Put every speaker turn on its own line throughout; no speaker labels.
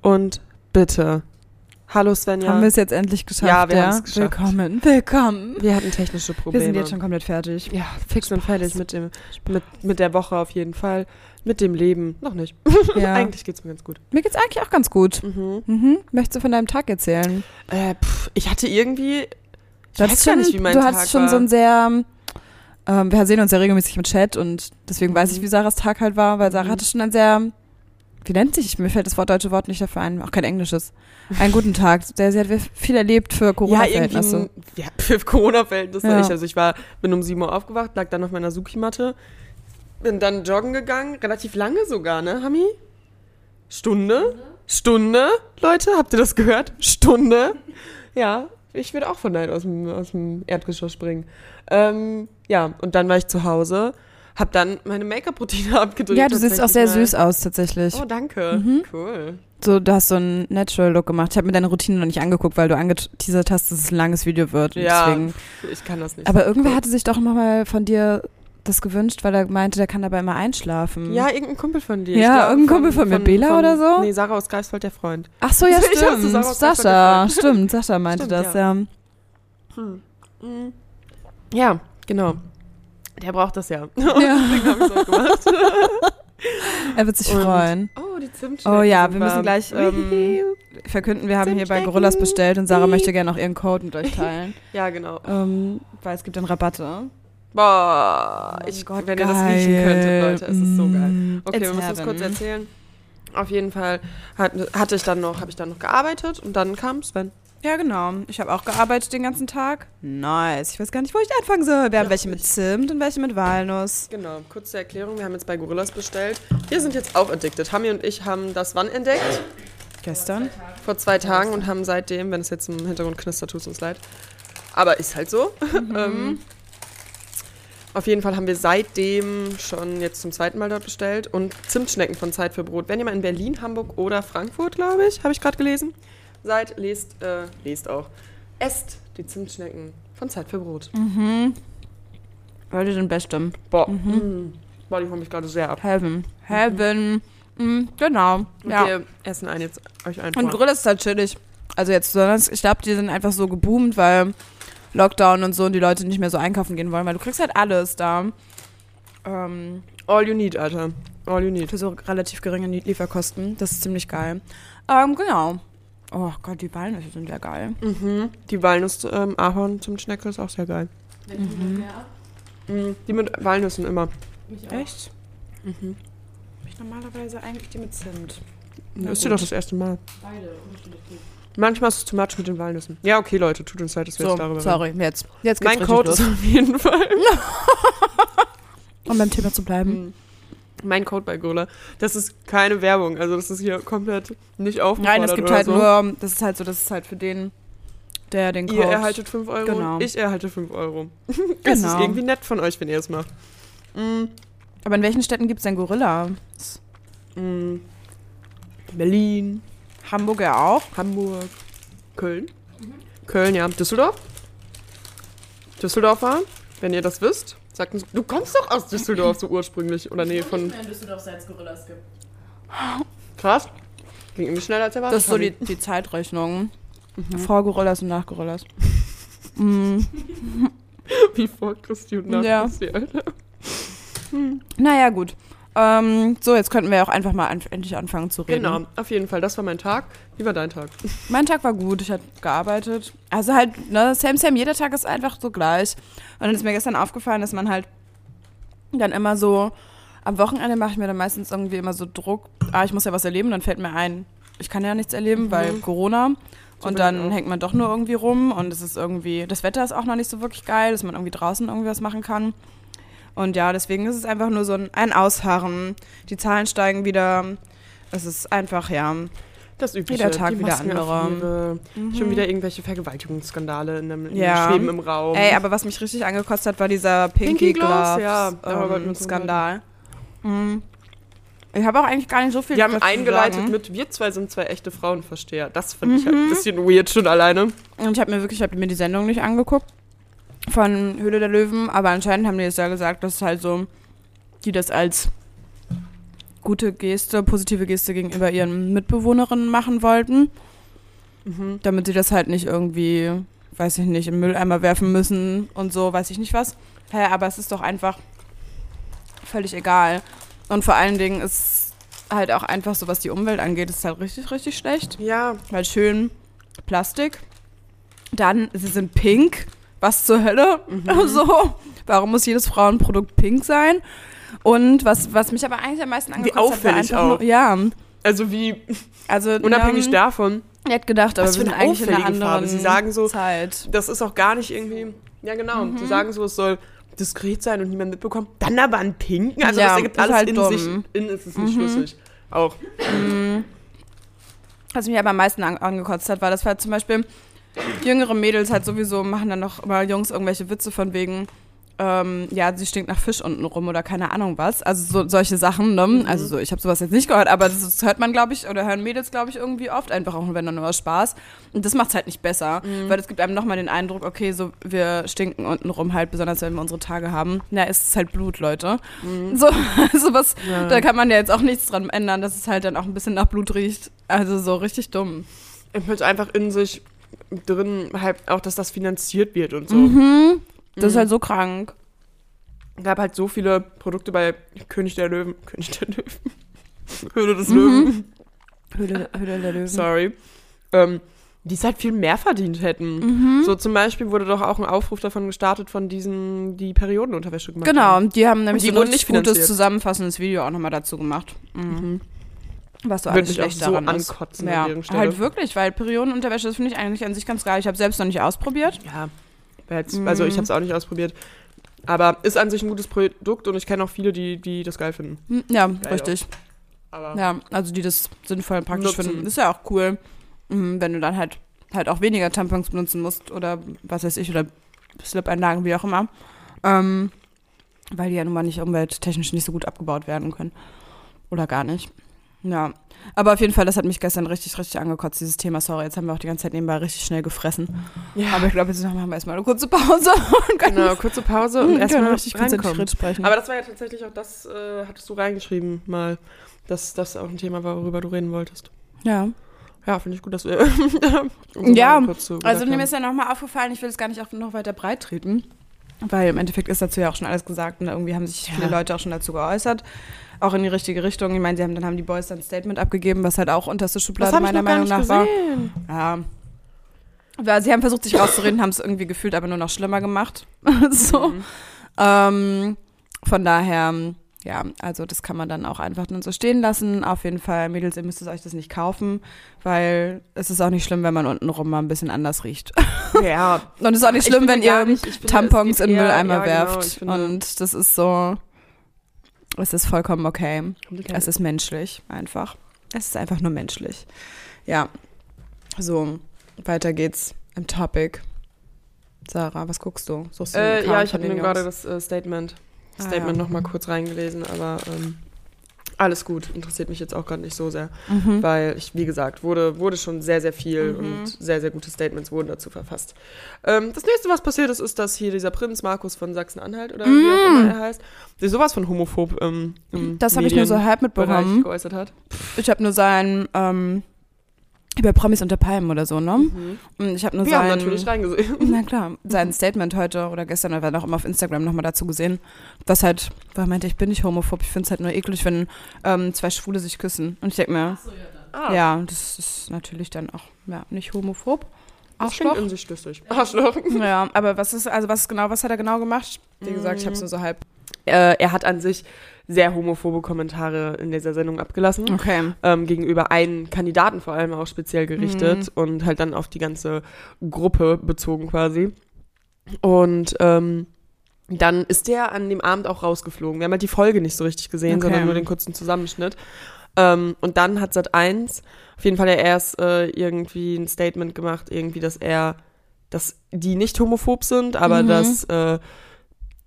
Und bitte. Hallo Svenja.
Haben wir es jetzt endlich geschafft?
Ja, wir haben es geschafft.
Willkommen, willkommen.
Wir hatten technische Probleme.
Wir sind jetzt schon komplett fertig.
ja, fix und fertig mit, dem, mit, mit der Woche auf jeden Fall. Mit dem Leben noch nicht.
Ja.
Eigentlich geht's mir ganz gut.
Mir geht's eigentlich auch ganz gut. Mhm. Möchtest du von deinem Tag erzählen?
Äh, pff, ich hatte irgendwie. Ich
Du
weiß
hattest
gar
schon-
nicht, wie mein
Du
Tag
hattest schon
war.
so ein sehr. Ähm, wir sehen uns ja regelmäßig im Chat und deswegen weiß ich, wie Sarahs Tag halt war, weil Sarah
Mhm.
hatte schon ein sehr. Wie nennt sich? Mir fällt das Wort deutsche Wort nicht dafür ein, auch kein englisches. Einen guten Tag. Der, sie hat viel erlebt für
ja, irgendwie
Corona-Verhältnisse.
ein- ja, für Corona-Verhältnisse.
Ja.
Ich, also ich war, bin um 7 Uhr aufgewacht, lag dann auf meiner Suki-Matte, bin dann joggen gegangen, relativ lange sogar, ne, Hami? Stunde? Stunde? Leute, habt ihr das gehört? Stunde? Ja, ich würde auch von da aus dem, aus dem Erdgeschoss springen. Ähm, ja, und dann war ich zu Hause, hab dann meine Make-up-Routine abgedreht.
ja, du siehst auch sehr
tatsächlich
süß Mhm. aus, tatsächlich.
mal. Oh, danke. Cool.
So, du hast so einen Natural-Look gemacht. Ich habe mir deine Routine noch nicht angeguckt, weil du angeteasert hast, dass es ein langes Video wird. und
Ja,
Deswegen.
ich kann das nicht.
Aber irgendwer hatte sich doch nochmal von dir das gewünscht, weil er meinte, der kann dabei immer einschlafen.
Ja, irgendein Kumpel von dir.
Mhm. Ja,
Ich glaub,
irgendein Kumpel von mir. Bela oder so?
Nee, Sarah aus Greifswald, der Freund.
Ach so, ja,
Ich hab
stimmt.
zu Sarah auch gerade
Sascha,
gefragt.
stimmt. Sascha meinte
Stimmt,
das, ja.
Hm. Mhm. Ja, genau. Der braucht das ja.
Ja.
Deswegen hab ich's auch gemacht.
Er wird sich
Und-
freuen.
Oh, die Zimtschnecken.
Oh ja,
sind
wir müssen
warm.
gleich ähm, verkünden, wir haben hier bei
Zimtschnecken.
Gorillas bestellt und Sarah möchte gerne auch ihren Code mit euch teilen.
ja, genau.
ähm, weil es gibt dann Rabatte.
Boah,
Oh
ich, wenn ihr das riechen könntet, Leute, es ist so geil.
Mm,
Okay,
it's
wir müssen das kurz
heaven.
erzählen. Auf jeden Fall hat, hatte ich dann noch, habe ich dann noch gearbeitet und dann kam Sven.
Ja, genau. Ich habe auch gearbeitet den ganzen Tag. Nice. Ich weiß gar nicht, wo ich anfangen soll. Wir haben welche mit Zimt und welche mit Walnuss.
Genau, kurze Erklärung, wir haben jetzt bei Gorillas bestellt. Wir sind jetzt auch addicted. Hami und ich haben das wann entdeckt?
Gestern.
vor zwei Tagen und haben seitdem, wenn es jetzt im Hintergrund knistert, tut es uns leid. Aber ist halt so.
Mhm.
ähm, auf jeden Fall haben wir seitdem schon jetzt zum zweiten Mal dort bestellt und Zimtschnecken von Zeit für Brot. Wenn ihr mal in Berlin, Hamburg oder Frankfurt, glaube ich, habe ich gerade gelesen, seid, lest, äh, lest auch. Esst die Zimtschnecken von Zeit für Brot.
Mhm. Leute, den Besten.
Boah,
Mhm.
mm. Boah die hole mich gerade sehr ab.
Heaven. Heaven. Mm, genau.
Und
Ja.
wir essen einen jetzt euch einen
Und
vor.
Grill ist natürlich. Also jetzt besonders, ich glaube, die sind einfach so geboomt, weil Lockdown und so und die Leute nicht mehr so einkaufen gehen wollen, weil du kriegst halt alles da. Ähm,
All you need, Alter. All you need.
für so relativ geringe Lie- Lieferkosten. Das ist ziemlich geil. Ähm, genau. Oh Gott, die Walnüsse sind ja geil.
Mhm. Die ähm, Walnuss-Ahorn-Zimtschnecke ist auch sehr geil.
Mhm.
Mm, Die mit Walnüssen immer.
Echt? Mhm. Ich normalerweise eigentlich die mit Zimt.
das ist ja doch das erste Mal. Manchmal ist es zu much mit den Walnüssen. Ja, okay, Leute, tut uns leid, dass wir
So,
jetzt darüber reden.
sorry, jetzt. Jetzt geht's
Mein
richtig
Code
los.
ist auf jeden Fall.
Um beim Thema zu bleiben.
Mein Code bei Gorilla. Das ist keine Werbung. Also, das ist hier komplett nicht aufgefordert
Nein, es gibt
oder
halt
so.
nur, das ist halt so, das ist halt für den, der den Code.
Ihr erhaltet 5 Euro
Genau.
und ich erhalte 5 Euro. Das ist
Genau.
irgendwie nett von euch, wenn ihr es macht. Mm,
Aber in welchen Städten gibt es denn Gorilla?
mm. Berlin,
Hamburg ja auch.
Hamburg, Köln. Mhm. Köln, ja. Düsseldorf. Düsseldorfer, wenn ihr das wisst, sagt uns. Du kommst doch aus Düsseldorf so ursprünglich, oder nee, von.
in Düsseldorf selbst Gorillas gibt.
Krass. Ging irgendwie schneller als erwartet.
Das ist so die,
Fabi.
die Zeitrechnung.
Mhm.
Vor Gorillas und nach Gorillas. Mm.
Wie vor Christi und nach
Ja.
Christi, Alter.
Naja, gut. Ähm, so, jetzt könnten wir auch einfach mal anf endlich anfangen zu reden.
Genau, auf jeden Fall. Das war mein Tag. Wie war dein Tag?
Mein Tag war gut, ich habe gearbeitet. Also halt, ne, Sam Sam, jeder Tag ist einfach so gleich. Und dann ist mir gestern aufgefallen, dass man halt dann immer so, am Wochenende mache ich mir dann meistens irgendwie immer so Druck, ah, ich muss ja was erleben, dann fällt mir ein, ich kann ja nichts erleben, weil Corona.
Mhm. bin
Und
ich
dann
auch.
hängt man doch nur irgendwie rum und es ist irgendwie, das Wetter ist auch noch nicht so wirklich geil, dass man irgendwie draußen irgendwie was machen kann. Und ja, deswegen ist es einfach nur so ein, ein Ausharren. Die Zahlen steigen wieder. Es ist einfach, ja,
Das übliche.
Jeder Tag
die
wieder
Maskenaffäre, Schon wieder irgendwelche Vergewaltigungsskandale in einem
Mhm. Ja.
Schweben im Raum.
Ey, aber was mich richtig angekotzt hat, war dieser Pinky,
Um Pinky Gloves,
Gloves,
ja. Darüber wollten wir
ähm,
uns
Skandal. Mhm. Ich habe auch eigentlich gar nicht so viel
Wir haben
dazu zu
eingeleitet
sagen.
mit, wir zwei sind zwei echte Frauenversteher. Das finde ich halt
Mhm.
ein bisschen weird schon alleine.
Und ich habe mir wirklich, ich habe mir die Sendung nicht angeguckt von Höhle der Löwen, aber anscheinend haben die jetzt ja gesagt, dass es halt so, die das als gute Geste, positive Geste gegenüber ihren Mitbewohnerinnen machen wollten. Damit sie das halt nicht irgendwie, weiß ich nicht, im Mülleimer werfen müssen und so, weiß ich nicht was. Hä, aber es ist doch einfach völlig egal. Und vor allen Dingen ist halt auch einfach so, was die Umwelt angeht, ist halt richtig, richtig schlecht.
Ja,
Weil schön Plastik. Dann, sie sind pink. Was zur Hölle?
Mhm.
So. Warum muss jedes Frauenprodukt pink sein? Und was, was mich aber eigentlich am meisten angekotzt hat, war
auffällig
einfach
auch.
nur, ja,
also wie
also
unabhängig
ähm,
davon,
ich hätte gedacht, aber
Was
wir
für
sind
eine
eigentlich in einer
auffällige
anderen
Farbe. Sie sagen so,
Zeit.
das ist auch gar nicht irgendwie. Ja, genau.
Mhm.
Sie sagen so, es soll diskret sein und niemand mitbekommen. Dann aber einen pinken. Also
Ja,
das ergibt
ist
alles
halt
in
dumm. Mhm.
sich. In ist es nicht schlüssig. Auch.
Was mich aber am meisten an angekotzt hat, war, dass halt zum Beispiel jüngere Mädels halt sowieso machen dann noch immer Jungs irgendwelche Witze von wegen, ähm, ja, sie stinkt nach Fisch unten rum oder keine Ahnung was. Also so, solche Sachen, ne?
Mhm.
Also so, ich habe sowas jetzt nicht gehört, aber das, ist- hört man, glaube ich, oder hören Mädels, glaube ich, irgendwie oft einfach auch, wenn dann nur aus Spaß. Und das macht's halt nicht besser,
Mhm.
weil es gibt einem nochmal den Eindruck, okay, so wir stinken unten rum halt, besonders wenn wir unsere Tage haben. Na, es ist halt Blut, Leute. So, also was, da kann man ja jetzt auch nichts dran ändern, dass es halt dann auch ein bisschen nach Blut riecht. Also so richtig dumm.
Ich finde einfach in sich drin halt auch, dass das finanziert wird und so.
Mhm. Das ist halt so krank.
gab halt so viele Produkte bei König der Löwen. König der Löwen. Höhle des
Mhm.
Löwen.
Höhle, Höhle der Löwen.
Sorry. Ähm, die es halt viel mehr verdient hätten.
Mhm.
So zum Beispiel wurde doch auch ein Aufruf davon gestartet, von diesen, die Periodenunterwäsche gemacht
Genau,
haben.
und die haben
Und
nämlich
die
so ein
wurden
richtig
nicht finanziert.
gutes zusammenfassendes Video auch nochmal dazu gemacht. Mhm. Was so
Würde
alles
mich auch
schlecht
so
daran ist.
ankotzen an deren Stelle.
halt wirklich, weil Periodenunterwäsche, das finde ich eigentlich an sich ganz geil. Ich habe selbst noch nicht ausprobiert.
Ja, wär jetzt,
Mhm.
also ich habe es auch nicht ausprobiert. Aber ist an sich ein gutes Produkt und ich kenne auch viele, die, die das geil finden.
Hm, Ja,
Geil
richtig.
Aber
Ja, also die das sinnvoll und praktisch
Nutzen.
finden. Ist ja auch cool, mhm, wenn du dann halt, halt auch weniger Tampons benutzen musst oder was weiß ich, oder Slip-Einlagen, wie auch immer. Ähm, weil die ja nun mal nicht umwelttechnisch nicht so gut abgebaut werden können. Oder gar nicht. Ja. Aber auf jeden Fall, das hat mich gestern richtig, richtig angekotzt, dieses Thema. Sorry, jetzt haben wir auch die ganze Zeit nebenbei richtig schnell gefressen.
Ja.
Aber ich glaube, jetzt machen wir erstmal eine kurze Pause und können
genau, kurze Pause und erstmal
richtig
reinkommen.
konzentriert sprechen.
Aber das war ja tatsächlich auch das, äh, hattest du reingeschrieben mal, dass das auch ein Thema war, worüber du reden wolltest.
ja.
Ja, finde ich gut, dass wir unsere
Ja,
Meinung kurz zu gesagt
also mir
haben.
ist ja nochmal aufgefallen, ich will es gar nicht auch noch weiter breit treten, weil im Endeffekt ist dazu ja auch schon alles gesagt und irgendwie haben sich viele
Ja.
Leute auch schon dazu geäußert, auch in die richtige Richtung. Ich meine, sie haben dann haben die Boys dann ein Statement abgegeben, was halt auch unterste
das
Schublade
habe ich
meiner
noch gar
Meinung
nicht
nach
gesehen.
war. Ja. Weil sie haben versucht, sich rauszureden, haben es irgendwie gefühlt, aber nur noch schlimmer gemacht. so.
Mhm.
Ähm, von daher, ja, also das kann man dann auch einfach dann so stehen lassen. Auf jeden Fall, Mädels, ihr müsst es euch das nicht kaufen, weil es ist auch nicht schlimm, wenn man untenrum mal ein bisschen anders riecht.
Ja,
Und es ist auch nicht
Ich
schlimm,
finde
wenn
gar
ihr
nicht, ich finde,
Tampons
es geht
in den
eher-
Mülleimer
ja, genau, ich
werft.
finde-
und das ist so, es ist vollkommen okay. Es
es ist
ist menschlich, einfach. Es ist einfach nur menschlich. Ja, so, weiter geht's im Topic. Sarah, was guckst du? Suchst du den
äh,
Account
ja, ich
von
habe
den
mir
Jungs?
gerade das äh, Statement,
Ah,
Statement
ja.
noch mal kurz reingelesen, aber ähm, alles gut, interessiert mich jetzt auch gerade nicht so sehr,
Mhm.
weil ich, wie gesagt, wurde, wurde schon sehr, sehr viel und sehr, sehr gute Statements wurden dazu verfasst. Ähm, das nächste, was passiert ist, ist, dass hier dieser Prinz Markus von Sachsen-Anhalt oder wie auch immer er heißt, sich sowas von homophob ähm, im
Mhm. Das habe ich nur so halb
Medienbereich
mitbekommen.
geäußert hat.
Ich habe nur sein, ähm, über Promis unter Palmen oder so, ne? Und Ich habe nur
Mhm. Wir
sein...
haben natürlich reingesehen.
Na klar,
Mhm.
sein Statement heute oder gestern oder wann auch immer auf Instagram nochmal dazu gesehen, was halt, weil er meinte, ich bin nicht homophob, ich finde es halt nur eklig, wenn ähm, zwei Schwule sich küssen. Und ich denke mir,
Ah.
ja, das ist natürlich dann auch ja, nicht homophob.
Das klingt
Arschloch.
in sich schlüssig. Arschloch.
Ja, aber was ist, also was genau, was hat er genau gemacht? Wie gesagt, ich habe es nur so halb.
Äh, er hat an sich sehr homophobe Kommentare in dieser Sendung abgelassen.
Okay.
Ähm, gegenüber einen Kandidaten vor allem auch speziell gerichtet
Mhm.
und halt dann auf die ganze Gruppe bezogen quasi. Und ähm, dann ist der an dem Abend auch rausgeflogen. Wir haben halt die Folge nicht so richtig gesehen,
Okay.
sondern nur den kurzen Zusammenschnitt. Ähm, und dann hat Sat 1 auf jeden Fall ja erst äh, irgendwie ein Statement
Mhm.
gemacht, irgendwie, dass er, dass die nicht homophob sind, aber dass äh,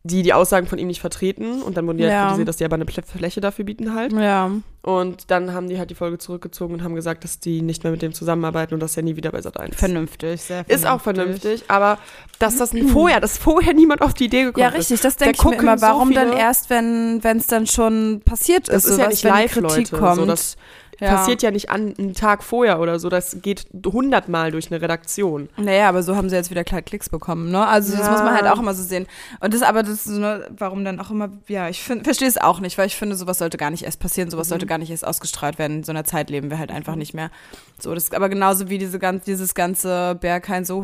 die die Aussagen von ihm nicht vertreten und dann wurden die halt
Ja.
kritisiert, dass die aber eine Plä- Fläche dafür bieten halt.
Ja.
Und dann haben die halt die Folge zurückgezogen und haben gesagt, dass die nicht mehr mit dem zusammenarbeiten und dass er nie wieder bei Sat 1
Vernünftig, sehr vernünftig.
Ist auch vernünftig, aber dass das vorher, dass vorher niemand auf die Idee gekommen
Ja,
ist.
richtig, das
Da
denke ich mir
gucken
immer.
so
Warum dann
viele-
erst, wenn es dann schon passiert
Das
ist?
ist ja
sowas,
nicht
wenn
live,
Kritik
Leute,
kommt.
so, das
ja.
Passiert ja nicht an einen Tag vorher oder so. Das geht hundertmal durch eine Redaktion.
Naja, aber so haben sie jetzt wieder klar Klicks bekommen, ne? Also das
Ja.
muss man halt auch immer so sehen. Und das aber, das ist ne, warum dann auch immer, ja, ich find- verstehe es auch nicht, weil ich finde, sowas sollte gar nicht erst passieren, sowas sollte gar nicht erst ausgestrahlt werden. In so einer Zeit leben wir halt einfach nicht mehr. So, das aber genauso wie diese ganz, dieses ganze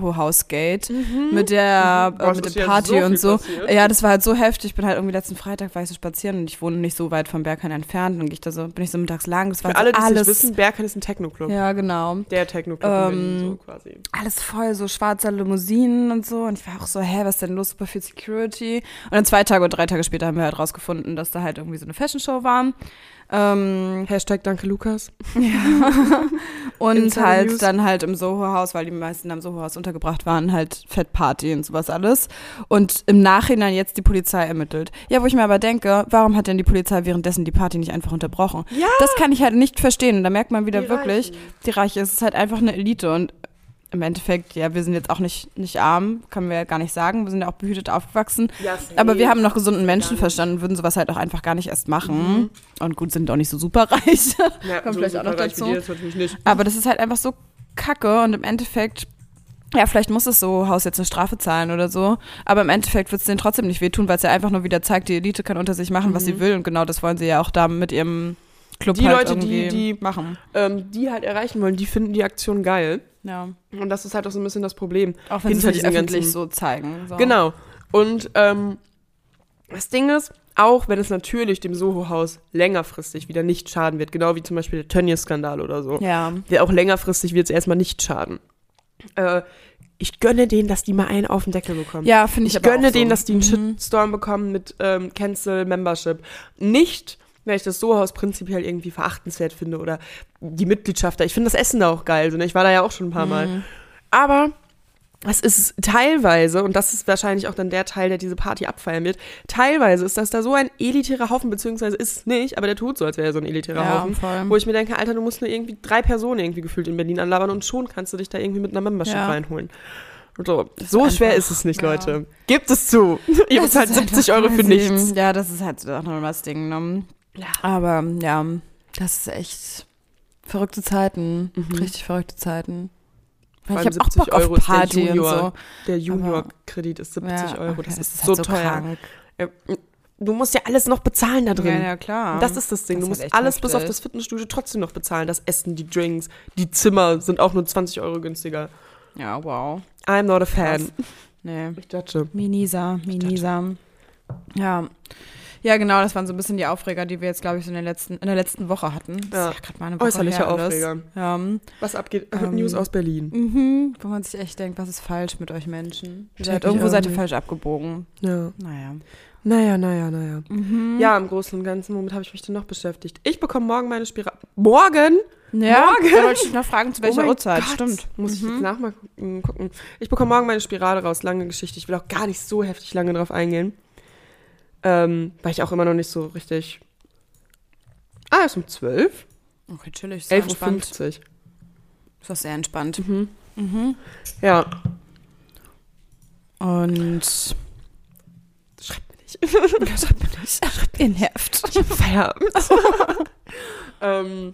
Bergheim-Soho-House-Gate mit der,
Boah,
äh,
es
mit
ist
der
ja
Party
so viel
und so.
passiert.
Ja, das war halt so heftig. Ich bin halt irgendwie letzten Freitag, war ich so spazieren und ich wohne nicht so weit vom Bergheim entfernt. Dann gehe ich da so, bin ich so mittags lang. Das war
Für alle, die
so
es
Also alles.
nicht wissen, Berkan ist ein Techno-Club.
ja, Ähm, genau
Der Techno-Club in Berlin, so quasi.
alles voll so schwarzer Limousinen und so. Und ich war auch so, hä, was ist denn los? Super viel Security. Und dann zwei Tage oder drei Tage später haben wir halt rausgefunden, dass da halt irgendwie so eine Fashion Show war. Ähm,
Hashtag danke Lukas.
und
Inside
halt
News.
dann halt im Soho-Haus, weil die meisten am Soho-Haus untergebracht waren, halt Fettparty und sowas alles. Und im Nachhinein jetzt die Polizei ermittelt. Ja, wo ich mir aber denke, warum hat denn die Polizei währenddessen die Party nicht einfach unterbrochen?
Ja.
Das kann ich halt nicht verstehen. Und da merkt man wieder
Die
wirklich,
Reichen.
die Reiche ist es halt einfach eine Elite und im Endeffekt, ja, wir sind jetzt auch nicht, nicht arm, können wir ja gar nicht sagen. Wir sind ja auch behütet aufgewachsen.
Ja, safe.
Aber wir haben noch gesunden Menschenverstand und würden sowas halt auch einfach gar nicht erst machen. Und gut, sind auch nicht so superreich.
Mhm. Ja,
Kommt
so
vielleicht auch noch
superreich wie
dazu.
die, das natürlich nicht.
Aber das ist halt einfach so kacke und im Endeffekt, ja, vielleicht muss das so Haus jetzt eine Strafe zahlen oder so. Aber im Endeffekt wird es denen trotzdem nicht wehtun, weil es ja einfach nur wieder zeigt, die Elite kann unter sich machen, was sie will. Und genau das wollen sie ja auch da mit ihrem Club
Die
halt
Leute, die-
irgendwie
die-
machen.
Ähm, die halt erreichen wollen, die finden die Aktion geil.
Ja.
Und das ist halt auch so ein bisschen das Problem.
Auch wenn sie
hinter
es nicht
diesem
öffentlich
ganzen-
so zeigen. So.
Genau. Und ähm, das Ding ist, auch wenn es natürlich dem Soho-Haus längerfristig wieder nicht schaden wird, genau wie zum Beispiel der Tönnies-Skandal oder so,
Ja.
der auch längerfristig wird es erstmal nicht schaden. Äh, ich gönne denen, dass die mal einen auf den Deckel bekommen.
Ja, finde ich,
ich
aber
gönne
auch so. Mhm.
denen, dass die einen Shitstorm bekommen mit ähm, Cancel Membership. Nicht, weil ich das Sohaus prinzipiell irgendwie verachtenswert finde oder die Mitgliedschaft da. Ich finde das Essen da auch geil. so, ne? Ich war da ja auch schon ein
Mhm.
paar Mal. Aber es ist teilweise, und das ist wahrscheinlich auch dann der Teil, der diese Party abfallen wird, teilweise ist das da so ein elitärer Haufen, beziehungsweise ist es nicht, aber der tut so, als wäre er so ein elitärer
Ja,
Haufen.
voll.
Wo ich mir denke, Alter, du musst nur irgendwie drei Personen irgendwie gefühlt in Berlin anlabern und schon kannst du dich da irgendwie mit einer Membership
Ja.
reinholen. So, so schwer ist es nicht,
ja.
Leute. Gebt es zu. Ihr
Das
bezahlt
ist einfach
70 Euro für
crazy.
nichts.
Ja, das ist halt auch nochmal das Ding. Ne? Aber ja, das ist echt verrückte Zeiten. Richtig verrückte Zeiten.
Mhm. Vor
ich
allem
habe auch
70
Bock auf
Euro ist der
Party und so.
Junior. Der Junior-Kredit ist 70
Ja,
Euro.
okay,
das ist
halt
so teuer.
krank.
Ja, Du musst ja alles noch bezahlen da drin.
Ja, ja, klar.
Das ist das Ding. du
Das ist
musst
halt echt
alles bis auf
heftig.
das Fitnessstudio trotzdem noch bezahlen. Das Essen, die Drinks, die Zimmer sind auch nur 20 Euro günstiger.
Ja, wow.
I'm not a fan.
Nee.
Ich judge.
Minisa, Minisa. Ja. Ja, genau, das waren so ein bisschen die Aufreger, die wir jetzt, glaube ich, so in der letzten, in der letzten Woche hatten. Das
Ja.
ist ja gerade mal eine Woche
Äußerlicher
her alles.
Aufreger.
Ja.
Was abgeht?
Ähm,
News aus Berlin.
Mhm, wo man sich echt denkt, was ist falsch mit euch Menschen? Ihr seid,
Check ich
irgendwo seid ihr
irgendwie.
falsch abgebogen.
Ja.
Naja.
Naja, naja, naja.
Mhm.
Ja, im Großen und Ganzen, womit habe ich mich denn noch beschäftigt? Ich bekomme morgen meine Spirale. Morgen?
Ja,
Morgen!
da wollte ich noch fragen, zu welcher
Oh mein
Uhrzeit.
Gott.
Stimmt.
Muss ich
Mhm.
jetzt nachmal mm, gucken. Ich bekomme morgen meine Spirale raus. Lange Geschichte. Ich will auch gar nicht so heftig lange drauf eingehen. Ähm, weil ich auch immer noch nicht so richtig. Ah, ist um 12?
Okay, chillig. Ist entspannt.
11.50 Uhr.
Ist auch sehr entspannt.
Ja.
Und.
Schreibt mir nicht.
In Heft.
Ich hab Feierabend. ähm,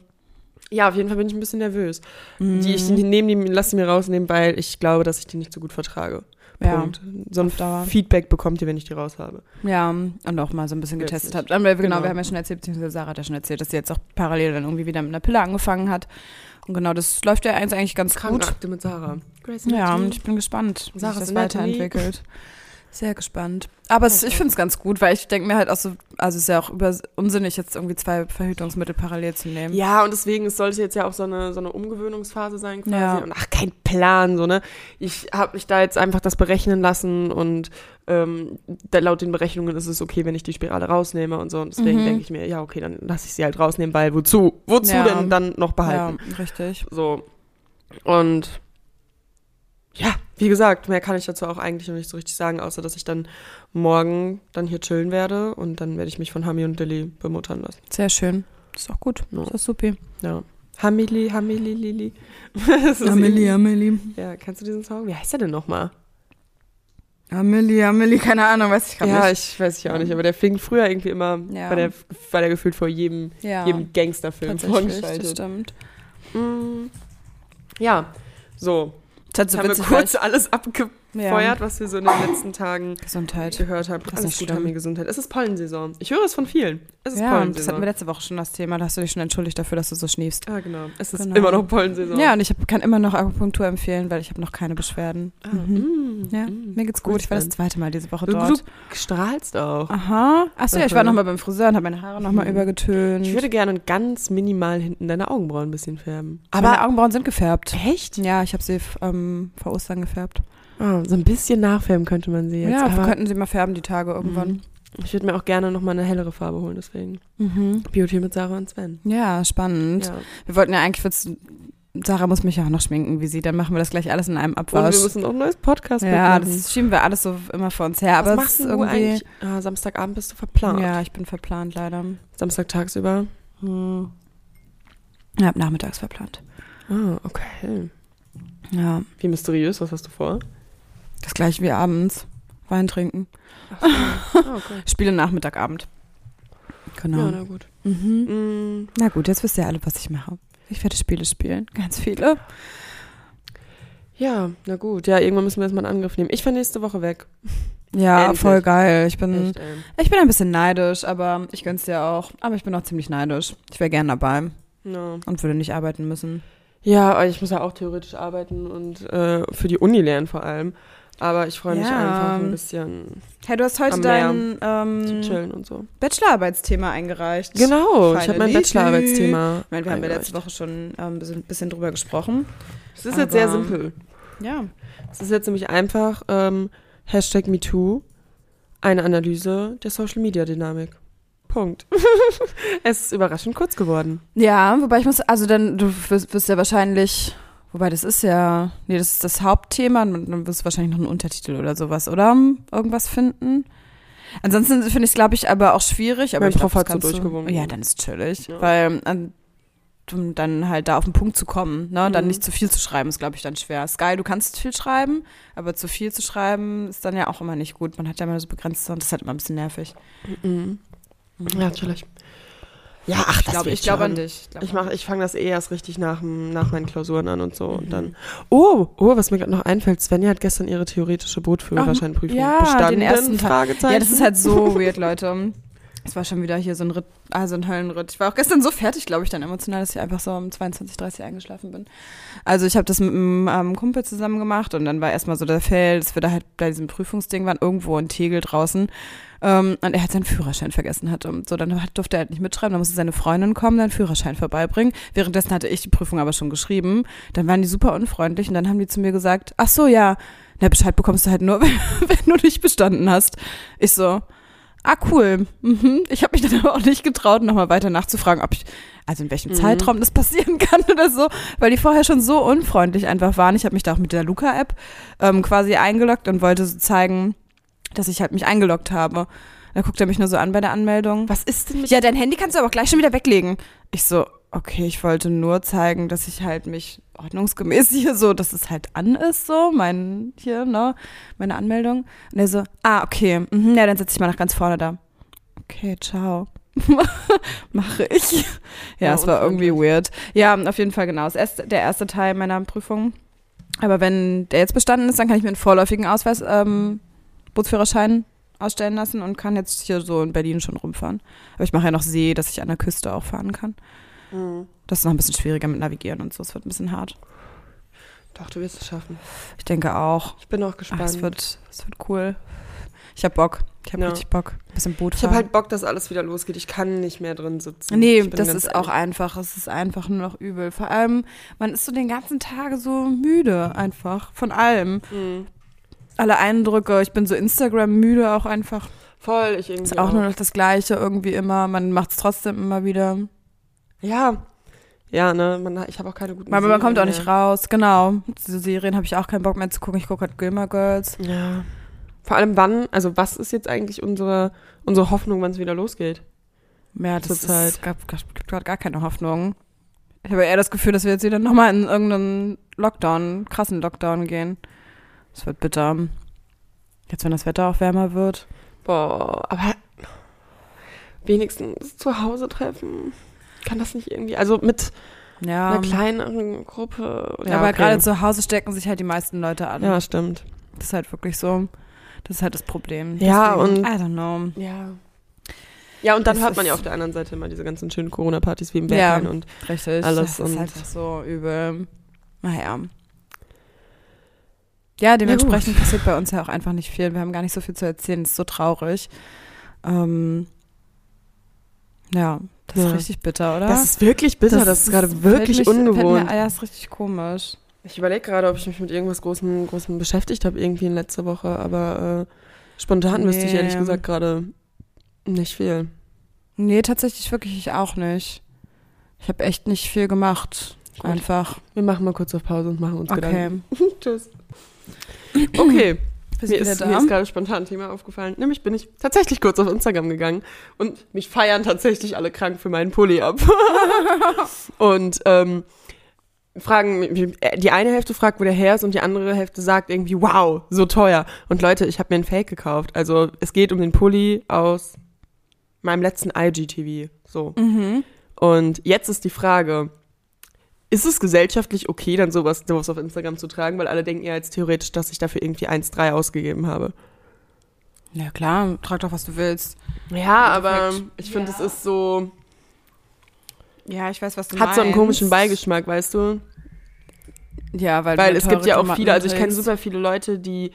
ja, auf jeden Fall bin ich ein bisschen nervös. Die,
Mhm.
ich nehme die, lasse die mir rausnehmen, weil ich glaube, dass ich die nicht so gut vertrage.
Ja.
Punkt. So ein
auf Dauer.
Feedback bekommt ihr, wenn ich die raus habe.
Ja, und auch mal so ein bisschen
Jetzt
getestet
nicht.
habt. Aber genau,
Genau.
wir haben ja schon erzählt, beziehungsweise Sarah hat ja schon erzählt, dass sie jetzt auch parallel dann irgendwie wieder mit einer Pille angefangen hat. Und genau, das läuft ja eins eigentlich ganz gut.
Krankenakte mit Sarah. Grace
Ja, und ich bin gespannt, wie
Sarah's
sich das
Anatomy.
weiterentwickelt. Sehr gespannt. Aber es, ich finde es ganz gut, weil ich denke mir halt auch so, also es ist ja auch über, unsinnig, jetzt irgendwie zwei Verhütungsmittel parallel zu nehmen.
Ja, und deswegen, es sollte jetzt ja auch so eine, so eine Umgewöhnungsphase sein quasi.
Ja.
Und ach, kein Plan, so, ne? Ich habe mich da jetzt einfach das berechnen lassen und ähm, da, laut den Berechnungen ist es okay, wenn ich die Spirale rausnehme und so. Und deswegen
Mhm.
denke ich mir, ja, okay, dann lasse ich sie halt rausnehmen, weil wozu? Wozu
Ja.
denn dann noch behalten?
Ja, richtig.
So. Und ja, wie gesagt, mehr kann ich dazu auch eigentlich noch nicht so richtig sagen, außer dass ich dann morgen dann hier chillen werde und dann werde ich mich von Hami und Lilly bemuttern lassen.
Sehr schön. Ist auch gut.
Ja.
Ist auch super.
Ja. Hamili, Hamili, Lili. Das ist
Amelie, Amelie.
irgendwie- Ja, kennst du diesen Song? Wie heißt der denn nochmal?
Amelie, Amelie, keine Ahnung, weiß ich gerade
Ja,
nicht.
ich weiß ich auch nicht, Ähm. aber der fing früher irgendwie immer,
Ja.
war, der, war der gefühlt vor jedem,
Ja,
jedem Gangsterfilm
tatsächlich, das
vorgeschaltet.
stimmt.
Mm, Ja, so.
Das hat
Jetzt haben wir kurz alles abgefeuert,
Also ja.
was wir so in den letzten Tagen
Gesundheit.
gehört habt.
ist
Alles
nicht
gut,
schlimm.
Hami, Gesundheit. Es ist Pollensaison. Ich höre es von vielen. Es ist
Ja, das hatten wir
Pollensaison.
letzte Woche schon das Thema. Da hast du dich schon entschuldigt dafür, dass du so schniefst.
Ah, genau. Es ist
Genau.
immer noch Pollensaison.
Ja, und ich hab, kann immer noch Akupunktur empfehlen, weil ich habe noch keine Beschwerden.
Ah,
Mhm.
mm,
Ja,
mm.
mir geht's
cool,
gut. Ich war das
Sven.
zweite Mal diese Woche
Du,
dort.
du strahlst auch.
Aha. Achso, ja, ich war
Mhm.
nochmal beim Friseur und habe meine Haare nochmal
Mhm.
übergetönt.
Ich würde gerne ganz minimal hinten deine Augenbrauen ein bisschen färben.
Aber meine
Aber
Augenbrauen sind gefärbt.
echt?
Ja, ich habe sie f- ähm, vor Ostern gefärbt.
Ah, so ein bisschen nachfärben könnte man sie jetzt.
ja, wir
aber
könnten sie mal färben, die Tage irgendwann.
ich würde mir auch gerne nochmal eine hellere Farbe holen, deswegen.
Mhm.
Beauty mit Sarah und Sven.
Ja, spannend.
Ja.
Wir wollten ja eigentlich, wird's- Sarah muss mich ja auch noch schminken wie sie, dann machen wir das gleich alles in einem
Und wir
Abwasch.
müssen auch ein neues Podcast
Ja,
mitmachen.
das schieben wir alles so immer vor uns her.
Was
Aber es
machst
ist
denn du
irgendwie.
eigentlich? Ah, Samstagabend bist du verplant.
Ja, ich bin verplant leider.
Samstag tagsüber.
Hm. Ich habe nachmittags verplant.
Ah, okay.
Ja,
Wie mysteriös, was hast du vor?
das gleiche wie abends. Wein trinken.
Ah, okay.
Spiele Nachmittag, Abend. Genau.
Ja, ne. na gut.
mhm.
Mm,
Na gut, jetzt wisst ihr alle, was ich mache. Ich werde Spiele spielen. Ganz viele.
Ja, na gut. Ja, irgendwann müssen wir erstmal einen Angriff nehmen. Ich war nächste Woche weg.
Ja,
Endlich.
voll geil. Ich bin,
Echt, ey.
ich bin ein bisschen neidisch, aber ich gönn's dir auch. Aber ich bin auch ziemlich neidisch. Ich wäre gern dabei
No.
und würde nicht arbeiten müssen.
Ja, aber ich muss ja auch theoretisch arbeiten und äh, für die Uni lernen vor allem. Aber ich freue mich
Ja.
einfach ein bisschen
Hey, du hast heute
Am
dein
zu
ähm,
chillen und so.
Bachelorarbeitsthema eingereicht.
Genau, ich habe
Finally.
mein Bachelorarbeitsthema.
Ich meine, wir haben ja
eingereicht.
letzte Woche schon ähm, ein bisschen, bisschen drüber gesprochen.
Es ist jetzt sehr
aber-
simpel.
Ja.
Es ist jetzt nämlich einfach ähm, Hashtag MeToo, eine Analyse der Social Media Dynamik. Punkt. es ist überraschend kurz geworden.
Ja, wobei ich muss, also dann, du wirst, wirst ja wahrscheinlich, wobei das ist ja, nee, das ist das Hauptthema und dann wirst du wahrscheinlich noch einen Untertitel oder sowas, oder? Irgendwas finden. Ansonsten finde ich es, glaube ich, aber auch schwierig. Aber
Mein
ich glaub,
Prof hat
das
so
kannst du-
durchgewunken.
Ja, dann ist chillig,
Ja.
weil ähm, um dann halt da auf den Punkt zu kommen, ne, und dann
Mhm.
nicht zu viel zu schreiben, ist, glaube ich, dann schwer. Ist geil, du kannst viel schreiben, aber zu viel zu schreiben ist dann ja auch immer nicht gut. Man hat ja immer so begrenzt und das ist halt immer ein bisschen nervig.
Mhm. Ja, natürlich. Ja, ach,
ich glaube,
wird
ich glaube
schon.
an dich. Ich glaub
Ich,
an
mach- ich fange das eh erst richtig nach, dem- nach meinen Klausuren an und so.
Mhm.
Und dann. Oh, oh, was mir gerade noch einfällt, Svenja hat gestern ihre theoretische Bootführerscheinprüfung
ja, den
bestanden.
ersten Teil.
Fragezeichen.
Ja, das ist halt so weird, Leute. Es war schon wieder hier so ein Ritt, also ein Höllenritt. Ich war auch gestern so fertig, glaube ich, dann emotional, dass ich einfach so um 22, 30 eingeschlafen bin. Also ich habe das mit einem ähm, Kumpel zusammen gemacht und dann war erstmal so der Fail, dass wir da halt bei diesem Prüfungsding waren, irgendwo in Tegel draußen. Ähm, und er hat seinen Führerschein vergessen hatte. Und so, dann hat, durfte er halt nicht mitschreiben, dann musste seine Freundin kommen, seinen Führerschein vorbeibringen. Währenddessen hatte ich die Prüfung aber schon geschrieben. Dann waren die super unfreundlich und dann haben die zu mir gesagt, ach so, ja, na, Bescheid bekommst du halt nur, wenn, wenn du dich bestanden hast. Ich so, ah cool. Mhm. Ich habe mich dann aber auch nicht getraut, nochmal weiter nachzufragen, ob ich, also in welchem
Mhm.
Zeitraum das passieren kann oder so, weil die vorher schon so unfreundlich einfach waren. Ich habe mich da auch mit der Luca-App ähm, quasi eingeloggt und wollte so zeigen, dass ich halt mich eingeloggt habe. Dann guckt er mich nur so an bei der Anmeldung.
was ist denn mit
Ja, dein Handy kannst du aber auch gleich schon wieder weglegen. Ich so, okay, ich wollte nur zeigen, dass ich halt mich ordnungsgemäß hier so, dass es halt an ist, so, mein, hier, ne, meine Anmeldung. Und er so, ah, okay, mhm, ja, dann setze ich mal nach ganz vorne da. Okay, ciao. Mache ich. Ja,
Ja,
es war irgendwie weird. Ja, auf jeden Fall genau. Das erste, der erste Teil meiner Prüfung. Aber wenn der jetzt bestanden ist, dann kann ich mir einen vorläufigen Ausweis, ähm, Bootsführerschein ausstellen lassen und kann jetzt hier so in Berlin schon rumfahren. Aber ich mache ja noch See, dass ich an der Küste auch fahren kann.
Mhm.
Das ist noch ein bisschen schwieriger mit Navigieren und so. Es wird ein bisschen hart.
Doch, du wirst es schaffen.
Ich denke auch.
Ich bin auch
Ach,
gespannt.
es, wird, es wird cool. Ich habe Bock. Ich habe
Ja.
richtig Bock. Ein bisschen Boot
ich habe
fahren.
halt Bock, dass alles wieder losgeht. Ich kann nicht mehr drin sitzen.
nee,
Hm, Ich bin
das
ganz
ist auch einfach. Es ist einfach nur noch übel. Vor allem, man ist so den ganzen Tag so müde einfach. Von allem.
ehrlich. Mhm.
Alle Eindrücke. Ich bin so Instagram-müde auch einfach.
Voll, ich irgendwie.
Ist auch nur noch das Gleiche irgendwie immer. Man macht es trotzdem immer wieder.
Ja, Ja, ne, man, ich habe auch keine guten
Aber man kommt auch
Serien
nicht raus, genau. Diese Serien habe ich auch keinen Bock mehr zu gucken. Ich gucke halt Gilmore Girls.
mehr. Ja. Vor allem wann, also was ist jetzt eigentlich unsere, unsere Hoffnung, wann es wieder losgeht?
Ja, das
Zurzeit.
ist, gab, gab, gibt gerade gar keine Hoffnung. Ich habe eher das Gefühl, dass wir jetzt wieder nochmal in irgendeinen Lockdown, krassen Lockdown gehen. Das wird bitter. Jetzt, wenn das Wetter auch wärmer wird.
Boah, aber wenigstens zu Hause treffen. Kann das nicht irgendwie, also mit
Ja,
einer kleineren Gruppe.
Ähm. ja, aber
okay.
gerade zu Hause stecken sich halt die meisten Leute an.
Ja, stimmt.
Das ist halt wirklich so. Das ist halt das Problem.
Ja,
Deswegen,
und-
I don't know.
Ja. Ja, und dann
Es
hört man ja
ist-
auf der anderen Seite immer diese ganzen schönen Corona-Partys wie im
Ja.
Berghain und
Richtig.
Alles
das ist
und-
einfach so übel. Naja. Ja, dementsprechend passiert bei uns ja auch einfach nicht viel. Wir haben gar nicht so viel zu erzählen. Das ist so traurig. Ähm, ja, das
Ja.
ist richtig bitter, oder?
Das ist wirklich bitter, das, ist gerade
fällt
wirklich
mich,
ungewohnt.
Fällt mir, ah ja, das ist richtig komisch.
Ich überlege gerade, ob ich mich mit irgendwas Großem, Großem beschäftigt habe, irgendwie in letzter Woche, aber äh, spontan wüsste ich
Nee.
ehrlich gesagt gerade nicht viel.
Nee, tatsächlich wirklich ich auch nicht. Ich habe echt nicht viel gemacht.
Gut.
Einfach.
Wir machen mal kurz auf Pause und machen uns Gedanken.
Okay.
Tschüss. Okay,
Bist
mir
wieder
ist,
da?
mir ist gerade spontan ein Thema aufgefallen. Nämlich bin ich tatsächlich kurz auf Instagram gegangen und mich feiern tatsächlich alle krank für meinen Pulli ab. und ähm, fragen, mich- äh, die eine Hälfte fragt, wo der her ist und die andere Hälfte sagt irgendwie, wow, so teuer. Und Leute, ich habe mir einen Fake gekauft. Also es geht um den Pulli aus meinem letzten IGTV. So.
mhm.
Und jetzt ist die Frage, ist es gesellschaftlich okay, dann sowas, sowas auf Instagram zu tragen? Weil alle denken ja jetzt theoretisch, dass ich dafür irgendwie 1,3 ausgegeben habe.
Ja klar, trag doch, was du willst.
Ja, aber
Perfekt.
ich finde, es ist so,
Ja, ich weiß, was du
hat so einen
meinst.
komischen Beigeschmack, weißt du?
Ja, weil, du
Weil
ja
es gibt
teure
ja auch
Klamotten
viele, also ich kenne
trägst.
super viele Leute, die,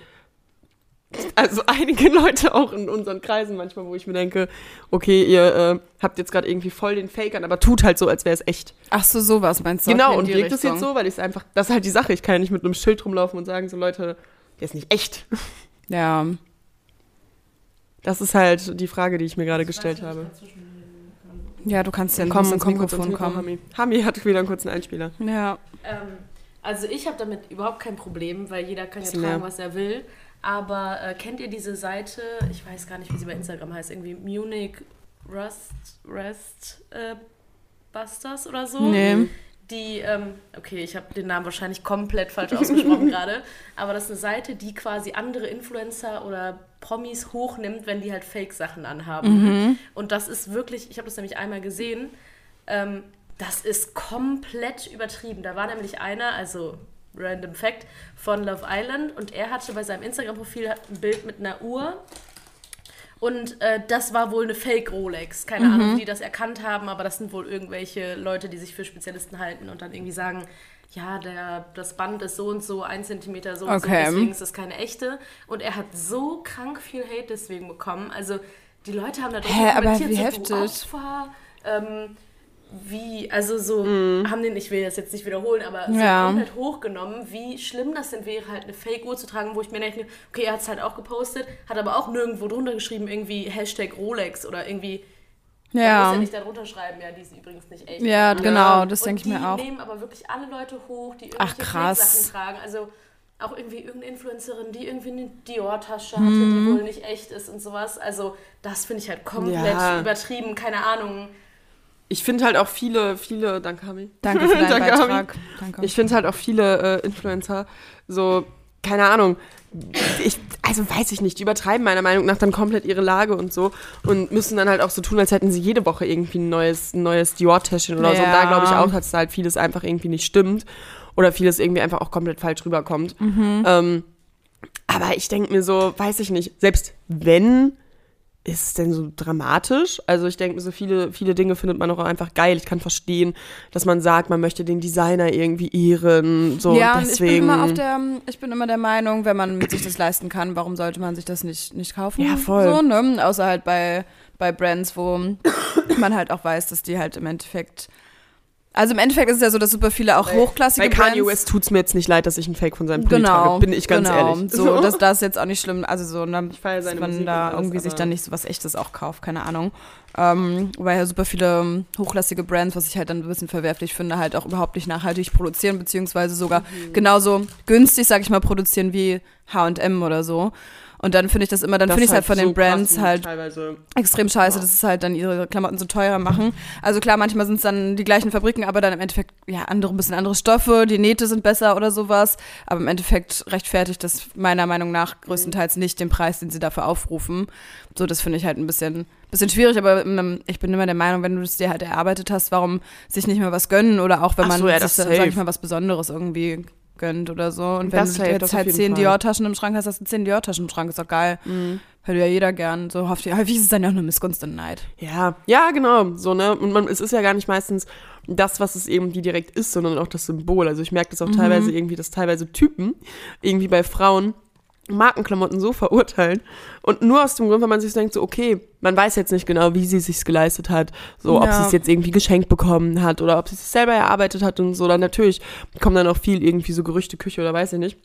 also einige Leute auch in unseren Kreisen manchmal, wo ich mir denke, okay, ihr äh, habt jetzt gerade irgendwie voll den Fake an, aber tut halt so, als wäre es echt.
Ach so, sowas meinst du?
genau,
okay, in
und
die
legt es
Richtung.
jetzt so, weil ich es einfach, das ist halt die Sache, ich kann ja nicht mit einem Schild rumlaufen und sagen, so Leute, der ist nicht echt.
Ja,
Das ist halt die Frage, die ich mir gerade gestellt habe.
ja, du kannst ja
Komm,
komm, ins
komm kurz
Mikrofon
ins Mikro,
kommen.
Hami. Hami hat wieder einen kurzen Einspieler.
Ja,
Ähm, also ich habe damit überhaupt kein Problem, weil jeder kann ja
Bisschen
tragen,
mehr.
was er will. Aber äh, kennt ihr diese Seite? Ich weiß gar nicht, wie sie bei Instagram heißt. Irgendwie Munich Rust Rest äh, Busters oder so.
nee.
Die, ähm, okay, ich habe den Namen wahrscheinlich komplett falsch ausgesprochen gerade, aber das ist eine Seite, die quasi andere Influencer oder Promis hochnimmt, wenn die halt Fake-Sachen anhaben. Und das ist wirklich, ich habe das nämlich einmal gesehen, ähm, das ist komplett übertrieben. Da war nämlich einer, also random Fact, von Love Island und er hatte bei seinem Instagram-Profil ein Bild mit einer Uhr und äh, das war wohl eine Fake Rolex. Keine
Mhm.
Ahnung, wie die das erkannt haben, aber das sind wohl irgendwelche Leute, die sich für Spezialisten halten und dann irgendwie sagen, ja, der, das Band ist so und so, ein Zentimeter so und
Okay.
so, deswegen ist das keine echte. Und er hat so krank viel Hate deswegen bekommen. Also die Leute haben da
Hä, aber
kommentiert,
wie
so, du
heftig.
Opfer, ähm, wie, also so, haben den, ich will das jetzt nicht wiederholen, aber so
Mhm. Ja.
komplett hochgenommen, wie schlimm das denn wäre, halt eine Fake-Uhr zu tragen, wo ich mir denke, okay, er hat es halt auch gepostet, hat aber auch nirgendwo drunter geschrieben, irgendwie Hashtag Rolex oder irgendwie, man muss
Ja,
ja nicht darunter schreiben, ja, die ist übrigens nicht echt.
ja genau, das
Und
denke ich mir auch.
Die nehmen aber wirklich alle Leute hoch, die
Ach,
irgendwelche
krass.
Fake-Sachen tragen, also auch irgendwie irgendeine Influencerin, die irgendwie eine Dior-Tasche hatte, die
Mhm.
wohl nicht echt ist und sowas. Also das finde ich halt komplett
Ja.
übertrieben, keine Ahnung.
Ich finde halt auch viele, viele, danke Hami.
Danke für deinen
Danke,
Beitrag. Danke.
Ich finde halt auch viele äh, Influencer so, keine Ahnung, ich, also weiß ich nicht, die übertreiben meiner Meinung nach dann komplett ihre Lage und so und müssen dann halt auch so tun, als hätten sie jede Woche irgendwie ein neues, ein neues Dior-Täschchen oder so. Und da
Ja.
glaube ich auch, dass da halt vieles einfach irgendwie nicht stimmt oder vieles irgendwie einfach auch komplett falsch rüberkommt.
Mhm.
Ähm, aber ich denke mir so, weiß ich nicht, selbst wenn ist es denn so dramatisch? Also ich denke, so viele, viele Dinge findet man auch einfach geil. Ich kann verstehen, dass man sagt, man möchte den Designer irgendwie ehren. So
ja, und ich bin,
deswegen.
immer auf der, ich bin immer der Meinung, wenn man sich das leisten kann, warum sollte man sich das nicht, nicht kaufen?
Ja, voll.
So, ne? Außer halt bei, bei Brands, wo man halt auch weiß, dass die halt im Endeffekt Also im Endeffekt ist es ja so, dass super viele auch hochklassige
Bei Kanye
Brands-
West tut's mir jetzt nicht leid, dass ich einen Fake von seinem Pulli
Genau,
trage, bin ich ganz
genau.
ehrlich.
So, dass das jetzt auch nicht schlimm, also so, ne,
feier seine
dass man
Musik und
da
alles,
irgendwie sich
aber-
dann nicht so was echtes auch kauft, keine Ahnung. Ähm, weil ja super viele ähm, hochklassige Brands, was ich halt dann ein bisschen verwerflich finde, halt auch überhaupt nicht nachhaltig produzieren, beziehungsweise sogar
Mhm.
genauso günstig, sag ich mal, produzieren wie H&M oder so. Und dann finde ich das immer, dann
Das
finde ich es halt von
so
den Brands
krass und
halt
Teilweise.
extrem scheiße, dass es halt dann ihre Klamotten so teurer machen. Also klar, manchmal sind es dann die gleichen Fabriken, aber dann im Endeffekt, ja, andere, ein bisschen andere Stoffe, die Nähte sind besser oder sowas. Aber im Endeffekt rechtfertigt das meiner Meinung nach größtenteils nicht den Preis, den sie dafür aufrufen. So, das finde ich halt ein bisschen, bisschen schwierig, aber ähm, ich bin immer der Meinung, wenn du es dir halt erarbeitet hast, warum sich nicht mehr was gönnen oder auch wenn
Ach
man
so, ja,
sich,
das
sag ich
safe.
mal, was Besonderes irgendwie gönnt oder so. Und wenn
Das
du
safe,
jetzt
das auf
halt
jeden
zehn
Fall. Mhm.
Dior-Taschen im Schrank hast, hast du zehn Dior-Taschen im Schrank, ist doch geil. Hört ja jeder gern. So häufig, häufig ist es dann ja auch nur Missgunst und Neid.
Ja, ja, genau. So, ne? Und man, es ist ja gar nicht meistens das, was es irgendwie direkt ist, sondern auch das Symbol. Also ich merke das auch
Mhm.
teilweise irgendwie, dass teilweise Typen irgendwie bei Frauen Markenklamotten so verurteilen. Und nur aus dem Grund, weil man sich so denkt, so, okay, man weiß jetzt nicht genau, wie sie sich's geleistet hat. So, ob
Ja.
sie es jetzt irgendwie geschenkt bekommen hat oder ob sie es selber erarbeitet hat und so. Dann natürlich kommen dann auch viel irgendwie so Gerüchte, Küche oder weiß ich nicht.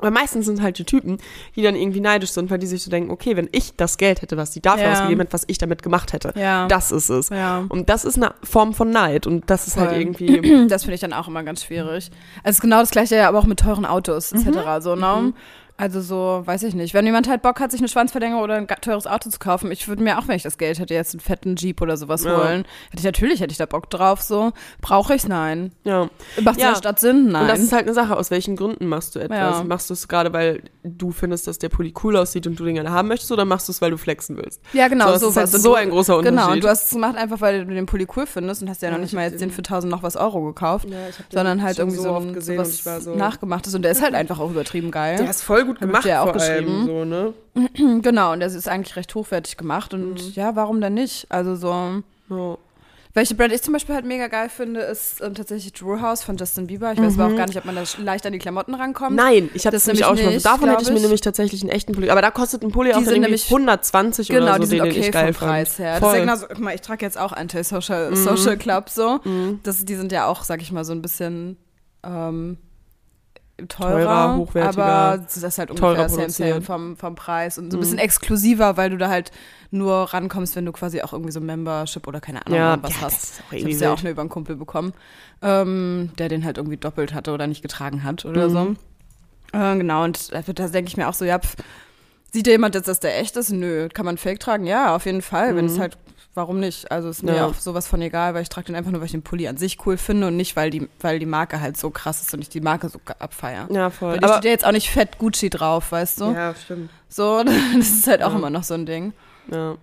Aber meistens sind halt die Typen, die dann irgendwie neidisch sind, weil die sich so denken, okay, wenn ich das Geld hätte, was die dafür
Ja.
ausgegeben hat, was ich damit gemacht hätte.
Ja.
Das ist es.
Ja.
Und das ist eine Form von Neid. Und das ist
Voll.
halt irgendwie.
Das finde ich dann auch immer ganz schwierig. Also es ist genau das gleiche, aber auch mit teuren Autos
Mhm.
etc. So, ne? Also so, weiß ich nicht. Wenn jemand halt Bock hat, sich eine Schwanzverlängerung oder ein ga- teures Auto zu kaufen, ich würde mir auch, wenn ich das Geld hätte, jetzt einen fetten Jeep oder sowas
Ja.
holen. Hätte ich natürlich, hätte ich da Bock drauf. So brauche ich nein.
Ja.
Macht ja.
Ja.
in der Stadt Sinn? Nein.
Und das ist halt eine Sache, aus welchen Gründen machst du etwas?
Ja.
Machst du es gerade, weil du findest, dass der Pulli cool aussieht und du den gerne haben möchtest, oder machst du es, weil du flexen willst?
ja,
so,
genau.
das ist halt
sowas. Und
so
du-
ein großer Unterschied.
Genau, und du hast es gemacht einfach, weil du den Pulli cool findest und hast ja,
Ja,
noch nicht
ich
mal
hab's
jetzt den
eben-
für 1000 noch was Euro gekauft,
Ja, ich hab den
sondern halt
schon
irgendwie
so
so,
oft
ein-
gesehen und
was
ich war so-
nachgemachtes und der ist halt einfach auch übertrieben geil.
der ist voll gut
Hab ich
gemacht,
dir ja auch
vor allem,
geschrieben.
so, ne?
Genau, und das ist eigentlich recht hochwertig gemacht und
Mhm.
ja, warum denn nicht? Also so.
Ja.
Welche Brand ich zum Beispiel halt mega geil finde, ist ähm, tatsächlich Drew House von Justin Bieber. Ich weiß aber auch gar nicht, ob man da sch- leicht an die Klamotten rankommt.
Mhm. Nein, ich habe das,
Das
nämlich
nämlich
auch schon mal.
nicht,
Davon hätte ich
glaub
mir
ich.
nämlich tatsächlich einen echten Pulli. Aber da kostet ein Pulli auch
sind
dann irgendwie
nämlich-
120
Genau,
oder so,
die sind
den
okay
ich geil
vom
fand.
Preis her. Das ist
Voll. Mhm.
ja genauso, guck mal, ich trage jetzt auch Anti-Social Social Club so. Das, die sind ja auch, sag ich mal, so ein bisschen ähm, teurer,
Teurer, hochwertiger,
aber das ist halt ungefähr
teurer
same, same
produziert. Mhm.
vom, vom Preis und so ein bisschen exklusiver, weil du da halt nur rankommst, wenn du quasi auch irgendwie so ein Membership oder keine Ahnung
Ja,
Oh was
ja, das
hast.
ist auch
ich
irgendwie
hab's ja auch
wild.
nur über einen Kumpel bekommen, ähm, der den halt irgendwie doppelt hatte oder nicht getragen hat oder
Mhm.
so. Äh, genau, und da, da denke ich mir auch so, ja, pf, Sieht ja jemand jetzt, dass der echt ist? Nö. Kann man Fake tragen? Ja, auf jeden Fall. Wenn es halt, warum nicht? Also ist mir
Mhm. Ja.
auch sowas von egal, weil ich trage den einfach nur, weil ich den Pulli an sich cool finde und nicht, weil die, weil die Marke halt so krass ist und ich die Marke so ge- abfeier.
Ja, voll.
Weil da
Aber,
steht ja jetzt auch nicht fett Gucci drauf, weißt du?
ja, stimmt.
So, das ist halt auch immer noch so ein Ding.
Ja.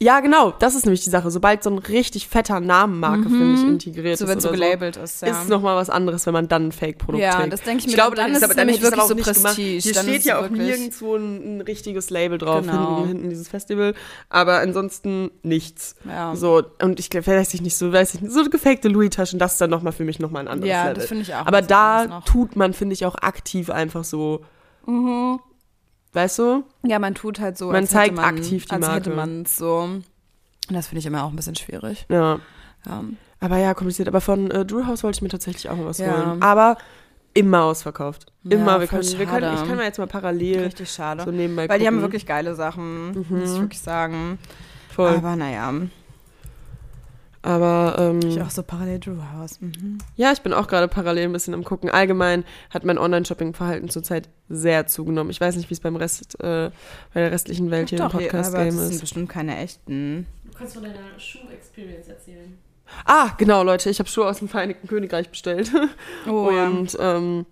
ja, genau. Das ist nämlich die Sache. Sobald so ein richtig fetter Namenmarke, finde ich, integriert
Mhm. So,
ist.
wenn es so
oder
gelabelt ist, ja.
Ist nochmal was anderes, wenn man dann ein Fake-Produkt
Ja,
trägt.
das denke ich mir,
glaube,
dann
dann
ist es
aber, dann
nämlich
hätte ich's aber
wirklich
auch nicht
so Prestige,
Gemacht. Hier
dann ist
steht
es
ja auch
wirklich-
nirgendwo ein, ein richtiges Label drauf,
Genau.
hinten, hinten dieses Festival. Aber ansonsten nichts.
Ja.
So, und ich glaub, weiß ich nicht, so weiß ich nicht, so gefakte Louis-Taschen, das ist dann nochmal für mich nochmal ein anderes
Ja,
Level.
das finde ich auch
Aber
was
da
anderes noch.
tut man, finde ich, auch aktiv einfach so.
Mhm.
Weißt du?
ja, man tut halt so,
Man
als hätte
zeigt
man,
aktiv die
als
Marke.
hätte man es so. Und das finde ich immer auch ein bisschen schwierig.
Ja.
Ja.
Aber ja, kompliziert. Aber von äh, Drew House wollte ich mir tatsächlich auch mal was
Ja.
holen. Aber immer ausverkauft. Immer. wir
voll
können, wir können,
schade.
ich kann mal jetzt mal parallel
Richtig schade.
so nebenbei
Weil die haben
gucken. Mhm.
wirklich geile Sachen, muss ich wirklich sagen.
voll.
Aber naja,
Aber
ich
ähm,
auch so parallel Drew House. Mhm.
ja, ich bin auch gerade parallel ein bisschen am Gucken. Allgemein hat mein Online-Shopping-Verhalten zurzeit sehr zugenommen. Ich weiß nicht, wie es beim Rest, äh, bei der restlichen Welt hier im
aber das
Podcast-Game
sind
ist.
bestimmt keine echten.
Du kannst von deiner Schuh-Experience erzählen.
Ah, genau, Leute, ich habe Schuhe aus dem Vereinigten Königreich bestellt.
Oh ja.
und ähm,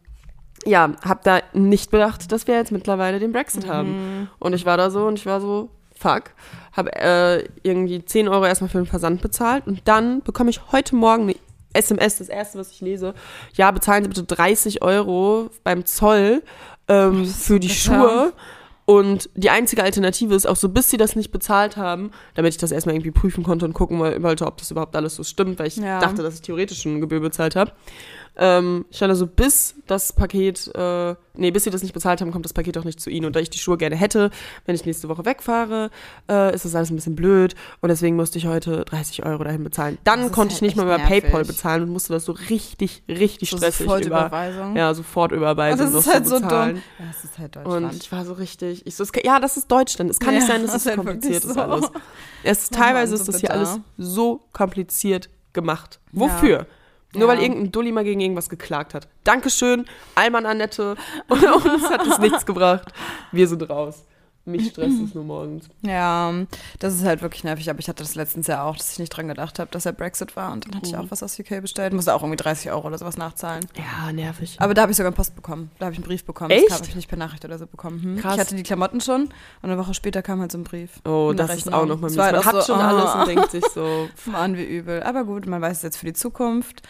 ja, habe da nicht bedacht, dass wir jetzt mittlerweile den Brexit
Mhm.
haben. Und ich war da so und ich war so, fuck. Habe äh, irgendwie 10 Euro erstmal für den Versand bezahlt und dann bekomme ich heute Morgen eine SMS, das erste, was ich lese. Ja, bezahlen Sie bitte 30 Euro beim Zoll
Oh,
ähm, für die
bitter.
Schuhe. Und die einzige Alternative ist auch so, bis sie das nicht bezahlt haben, damit ich das erstmal irgendwie prüfen konnte und gucken woll- wollte, ob das überhaupt alles so stimmt, weil ich
Ja.
dachte, dass ich theoretisch schon eine Gebühr bezahlt habe Ähm, ich stand da so, bis das Paket, äh, nee, bis sie das nicht bezahlt haben, kommt das Paket auch nicht zu ihnen. Und da ich die Schuhe gerne hätte, wenn ich nächste Woche wegfahre, äh, ist das alles ein bisschen blöd. Und deswegen musste ich heute 30 Euro dahin bezahlen.
Das
Dann
ist
konnte ich
halt
nicht mal über
echt nervig.
PayPal bezahlen und musste das so richtig, richtig
So
stressig über.
Sofortüberweisung.
Ja, sofort überweisen.
das ist halt so
bezahlen.
dumm. Ja, das ist halt Deutschland.
Und ich war so richtig, ich so, es kann, ja, das ist Deutschland. Es kann
Ja,
nicht sein, dass
das
es
ist
so
halt wirklich
kompliziert ist
so.
alles. Es ist,
Oh Mann,
teilweise
so
ist das hier
bitter.
alles so kompliziert gemacht. Wofür? Nur
Ja.
weil irgendein Dulli mal gegen irgendwas geklagt hat. Dankeschön, Alman Annette. Und uns hat es nichts gebracht. Wir sind raus. Mich stresst es nur morgens.
Ja, das ist halt wirklich nervig, aber ich hatte das letztens ja auch, dass ich nicht dran gedacht habe, dass der Brexit war und dann hatte ich
Mhm.
auch was aus UK bestellt, musste auch irgendwie 30 Euro oder sowas nachzahlen.
Ja, nervig.
Aber da habe ich sogar Post bekommen, da habe ich einen Brief bekommen,
Echt?
das habe ich nicht per Nachricht oder so bekommen. Hm.
Krass.
Ich hatte die Klamotten schon und eine Woche später kam halt so ein Brief.
Oh,
Eine
das ist
Rechnung.
auch nochmal mies.
Es war
Man
halt auch
hat
so,
schon alles
ah.
und denkt sich so,
Mann, wie übel. Aber gut, man weiß es jetzt für die Zukunft.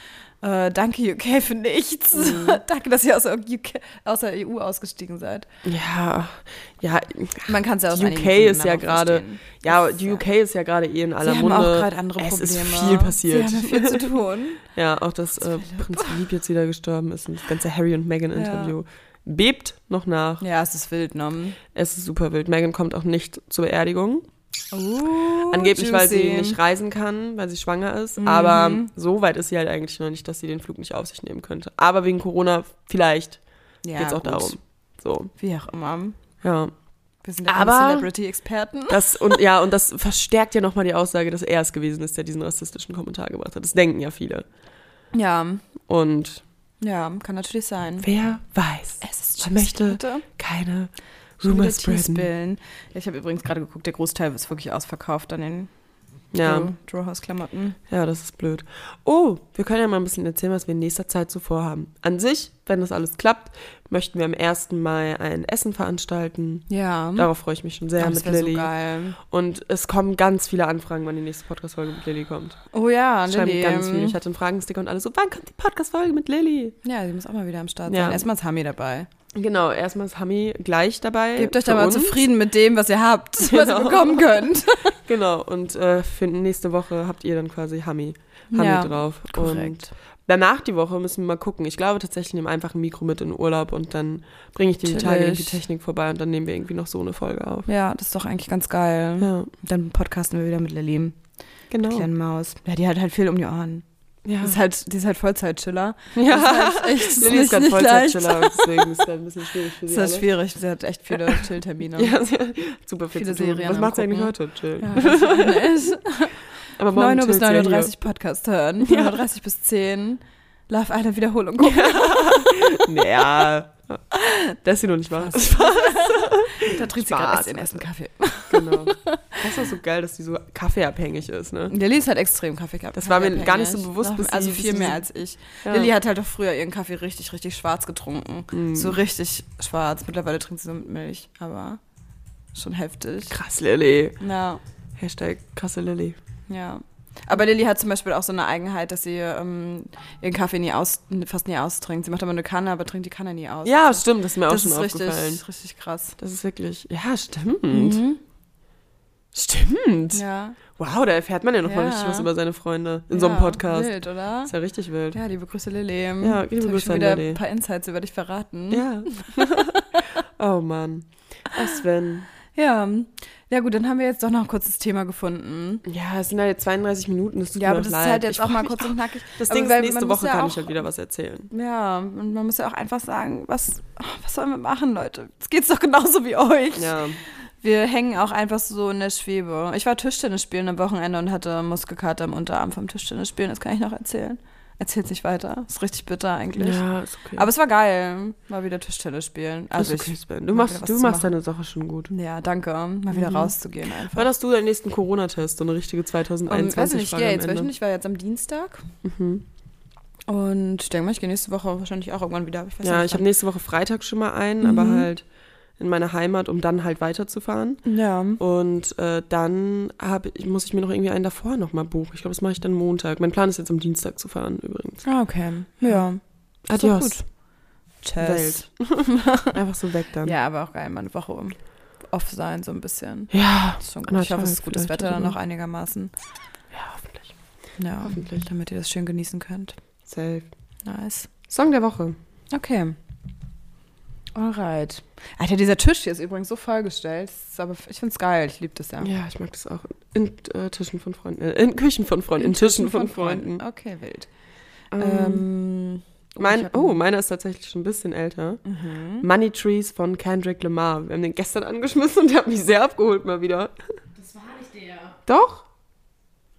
Äh, danke UK für nichts.
Mhm.
danke, dass ihr aus der, UK, aus der EU ausgestiegen seid.
ja, ja,
Man kann es ja aus
Die
einigen
UK
Gründen
ist ja
aber auch
gerade-
verstehen.
ja,
Das ist
die
ja-
UK ist ja gerade eh in aller
Sie
Munde.
haben auch gerade andere Probleme.
Es ist viel passiert.
Sie haben ja viel zu tun.
Ja, auch dass äh, Prinz Philipp jetzt wieder gestorben ist und das ganze Harry und Meghan Interview bebt noch nach.
Ja, es ist wild, ne?
Es ist super wild. Meghan kommt auch nicht zur Beerdigung.
Uh,
Angeblich, weil sie
juicy.
nicht reisen kann, weil sie schwanger ist.
Mhm.
Aber so weit ist sie halt eigentlich noch nicht, dass sie den Flug nicht auf sich nehmen könnte. Aber wegen Corona vielleicht
ja,
geht's auch
gut.
darum. So,
Wie auch immer.
ja.
Wir sind ja
Aber-
keine Celebrity-Experten.
Das und ja, und das verstärkt ja nochmal die Aussage, dass er es gewesen ist, der diesen rassistischen Kommentar gebracht hat. Das denken ja viele.
Ja,
Und
ja, kann natürlich sein.
wer weiß.
Es ist
Man möchte
Leute.
keine
Wieder
Rumor
Tea
spreaden.
spillen. Ja, ich habe übrigens gerade geguckt, der Großteil ist wirklich ausverkauft an den
Ja.
Drew- Drewhouse-Klamotten.
Ja, das ist blöd. Oh, wir können ja mal ein bisschen erzählen, was wir in nächster Zeit so vorhaben. An sich, wenn das alles klappt, möchten wir am 1. Mai ein Essen veranstalten.
Ja,
Darauf freue ich mich schon sehr
Mhm. das
mit
wär
Lilly.
so geil.
und es kommen ganz viele Anfragen, wann die nächste Podcast-Folge mit Lilly kommt.
Oh ja,
Schreiben
Lilly.
mir ganz viel. Ich hatte einen Fragensticker und alle so, wann kommt die Podcast-Folge mit Lilly?
Ja, sie muss auch mal wieder am Start
Ja.
sein. Erstmal ist Hami dabei.
Genau, erstmal ist Hami gleich dabei.
Gebt euch da
für
mal
uns.
zufrieden mit dem, was ihr habt, was ihr
Genau.
bekommen könnt.
Genau, und äh, für nächste Woche habt ihr dann quasi Hami, Hami
Ja,
drauf. Und
korrekt.
Danach die Woche müssen wir mal gucken. Ich glaube tatsächlich, ich nehme einfach ein Mikro mit in den Urlaub und dann bringe ich dir die Tage
Natürlich.
irgendwie Technik vorbei und dann nehmen wir irgendwie noch so eine Folge auf.
Ja, das ist doch eigentlich ganz geil.
Ja,
Dann podcasten wir wieder mit Lilly,
genau.
die kleinen Maus. Ja, die hat halt viel um die Ohren.
Ja.
Die ist halt, die ist halt Vollzeitchiller. Das
ja.
ist halt echt das ist
Lilly ist
nicht,
ganz
nicht leicht.
Vollzeitchiller,
Das
und deswegen ist das ein bisschen schwierig für sie.
ist halt
alle.
schwierig. Sie hat echt viele Chilltermine.
Ja, sie hat super viel
Viele
zu tun.
Serien
Was
am
macht sie eigentlich heute?
Gucken.
Chill.
Ja, das ist echt.
Aber morgen
9 Uhr bis
chillt sie ja
9.30 Uhr Podcast hören. 9.30 Uhr bis 10 Love Island Wiederholung gucken.
hier. Naja. Das ist sie noch nicht wahr.
Da trinkt sie gerade
Spaß.
erst ihren ersten Kaffee.
genau. Das ist auch so geil, dass sie so kaffeeabhängig ist, ne?
Lilly ist halt extrem Kaffee gehabt.
Das war mir gar nicht so bewusst, bis sie-
Also
bis
viel
sie-
mehr als ich.
Ja. Mhm.
Lilly hat halt auch früher ihren Kaffee richtig, richtig schwarz getrunken. So richtig schwarz. Mittlerweile trinkt sie so mit Milch, aber schon heftig.
Krass, Lilly.
Ja,
Hashtag krasse Lilly.
ja. Aber Lilly hat zum Beispiel auch so eine Eigenheit, dass sie ähm, ihren Kaffee nie aus, fast nie austrinkt. Sie macht immer eine Kanne, aber trinkt die Kanne nie aus.
Ja, stimmt, das ist mir auch
das
schon
ist richtig,
aufgefallen.
richtig krass.
Das ist wirklich. Ja, stimmt. Stimmt.
Mhm. Ja.
Wow, da erfährt man ja nochmal
Ja.
richtig was über seine Freunde in so einem
ja,
Podcast.
Wild, ne? oder?
Ist ja richtig wild.
Ja, liebe Grüße, Lilly.
Ja, liebe
Jetzt hab ich
Grüße
schon
an
wieder
Lilly.
ein paar Insights über dich verraten.
Ja. oh Mann. Ach, Sven.
Ja, ja gut, dann haben wir jetzt doch noch ein kurzes Thema gefunden.
Ja, es sind halt jetzt 32 Minuten. Das tut
Ja,
mir
aber
auch
das
leid.
ist halt jetzt
ich
auch
freu
mal
mich
kurz
auch.
und knackig.
Das
Aber
Ding
weil
ist, nächste
man muss
Woche
ja
kann
auch-
ich halt wieder was erzählen.
Ja, und man muss ja auch einfach sagen, was, was sollen wir machen, Leute? Es geht's doch genauso wie euch.
Ja.
Wir hängen auch einfach so in der Schwebe. Ich war Tischtennis spielen am Wochenende und hatte Muskelkater im Unterarm vom Tischtennis spielen. Das kann ich noch erzählen. Erzähl's nicht weiter. Ist richtig bitter eigentlich.
Ja, ist okay.
Aber es war geil. Mal wieder Tischtennis spielen.
also
Also
ist okay,
ich,
Sven. Du
mal
machst,
wieder
du
was
machst
zu machen.
deine Sache schon gut.
Ja, danke. Mal
Mhm.
wieder rauszugehen einfach.
Wann hast du deinen nächsten Corona-Test? So eine richtige
Um,
2021
weiß ich nicht,
Frage
ja,
am
jetzt
Ende. Mhm.
wöchentlich war jetzt am Dienstag. Und ich denke mal, ich gehe nächste Woche wahrscheinlich auch irgendwann wieder. aber Ich weiß
Ja,
nicht,
ich habe
wann.
nächste Woche Freitag schon mal einen, aber
Mhm.
halt in meine Heimat, um dann halt weiterzufahren.
Ja.
Und äh, dann hab, ich- muss ich mir noch irgendwie einen davor nochmal buchen. Ich glaube, das mache ich dann Montag. Mein Plan ist jetzt am Dienstag zu fahren übrigens.
Ah, okay. Ja. Ist doch
Adios.
gut. Tschüss.
Einfach so weg dann.
Ja, aber auch geil, mal eine Woche um off sein, so ein bisschen.
ja.
Das Ist schon gut.
Na,
Ich hoffe, es ist
Tag
gutes
vielleicht
Wetter dann
oder
noch einigermaßen.
Ja, hoffentlich.
Ja,
Hoffentlich.
damit ihr das schön genießen könnt.
Safe.
Nice.
Song der Woche.
Okay. Alright. Alter, dieser Tisch hier ist übrigens so vollgestellt. Das ist aber, ich find's geil. Ich liebe das ja.
Ja, ich mag das auch. In äh, Tischen von Freunden. Äh, in Küchen von Freunden. In, Tischen von, Freunden.
Okay, wild.
Ähm,
Ähm, ich
mein,
hab- Hm?
oh, meiner ist tatsächlich schon ein bisschen älter.
Ähm. mhm.
Money Trees von Kendrick Lamar. Wir haben den gestern angeschmissen und der hat mich sehr abgeholt mal wieder.
Das war nicht der.
Doch?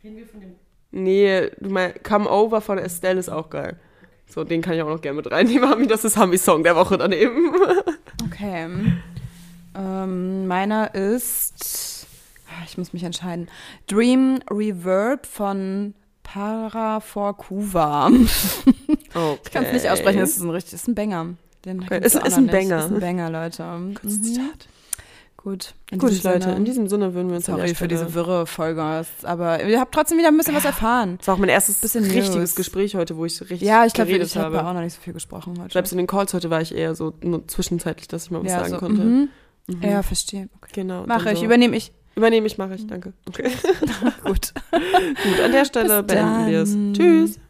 Reden wir von dem.
Nee, du meinst, Come Over von Estelle ist auch geil. So, den kann ich auch noch gerne mit reinnehmen, Hami. Das ist Hamis Song der Woche daneben.
Okay. Ähm, meiner ist. Ah, Ich muss mich entscheiden. Dream Reverb von Para for Kuva.
Okay.
Ich kann es nicht aussprechen, das ist ein richtig, das ist ein Banger. Den
Okay,
kennst du
ist-
auch
ist
noch
ein
nicht.
Banger.
Ist ein Banger, Leute. Mhm. Gut. In
Gut,
diesem
Leute,
Sinne,
in diesem Sinne würden wir uns an
sorry
der
für
Stelle-
diese wirre Folge. Aber ihr habt trotzdem wieder ein bisschen was erfahren.
Das war auch mein erstes
Bisschen
richtiges
News.
Gespräch heute, wo ich richtig
Ja, ich glaube,
geredet
ich habe
habe.
auch noch nicht so viel gesprochen heute.
Selbst in den Calls heute war ich eher so nur zwischenzeitlich, dass ich mal was
ja,
sagen
so,
konnte.
mhm.
Mhm.
Ja, verstehe. Okay.
Genau. dann
Mache ich, Mhm.
so.
übernehme ich.
übernehme ich, mache ich, danke. Okay. Gut,
Gut.
an der Stelle
Bis
beenden wir es.
dann.
Tschüss.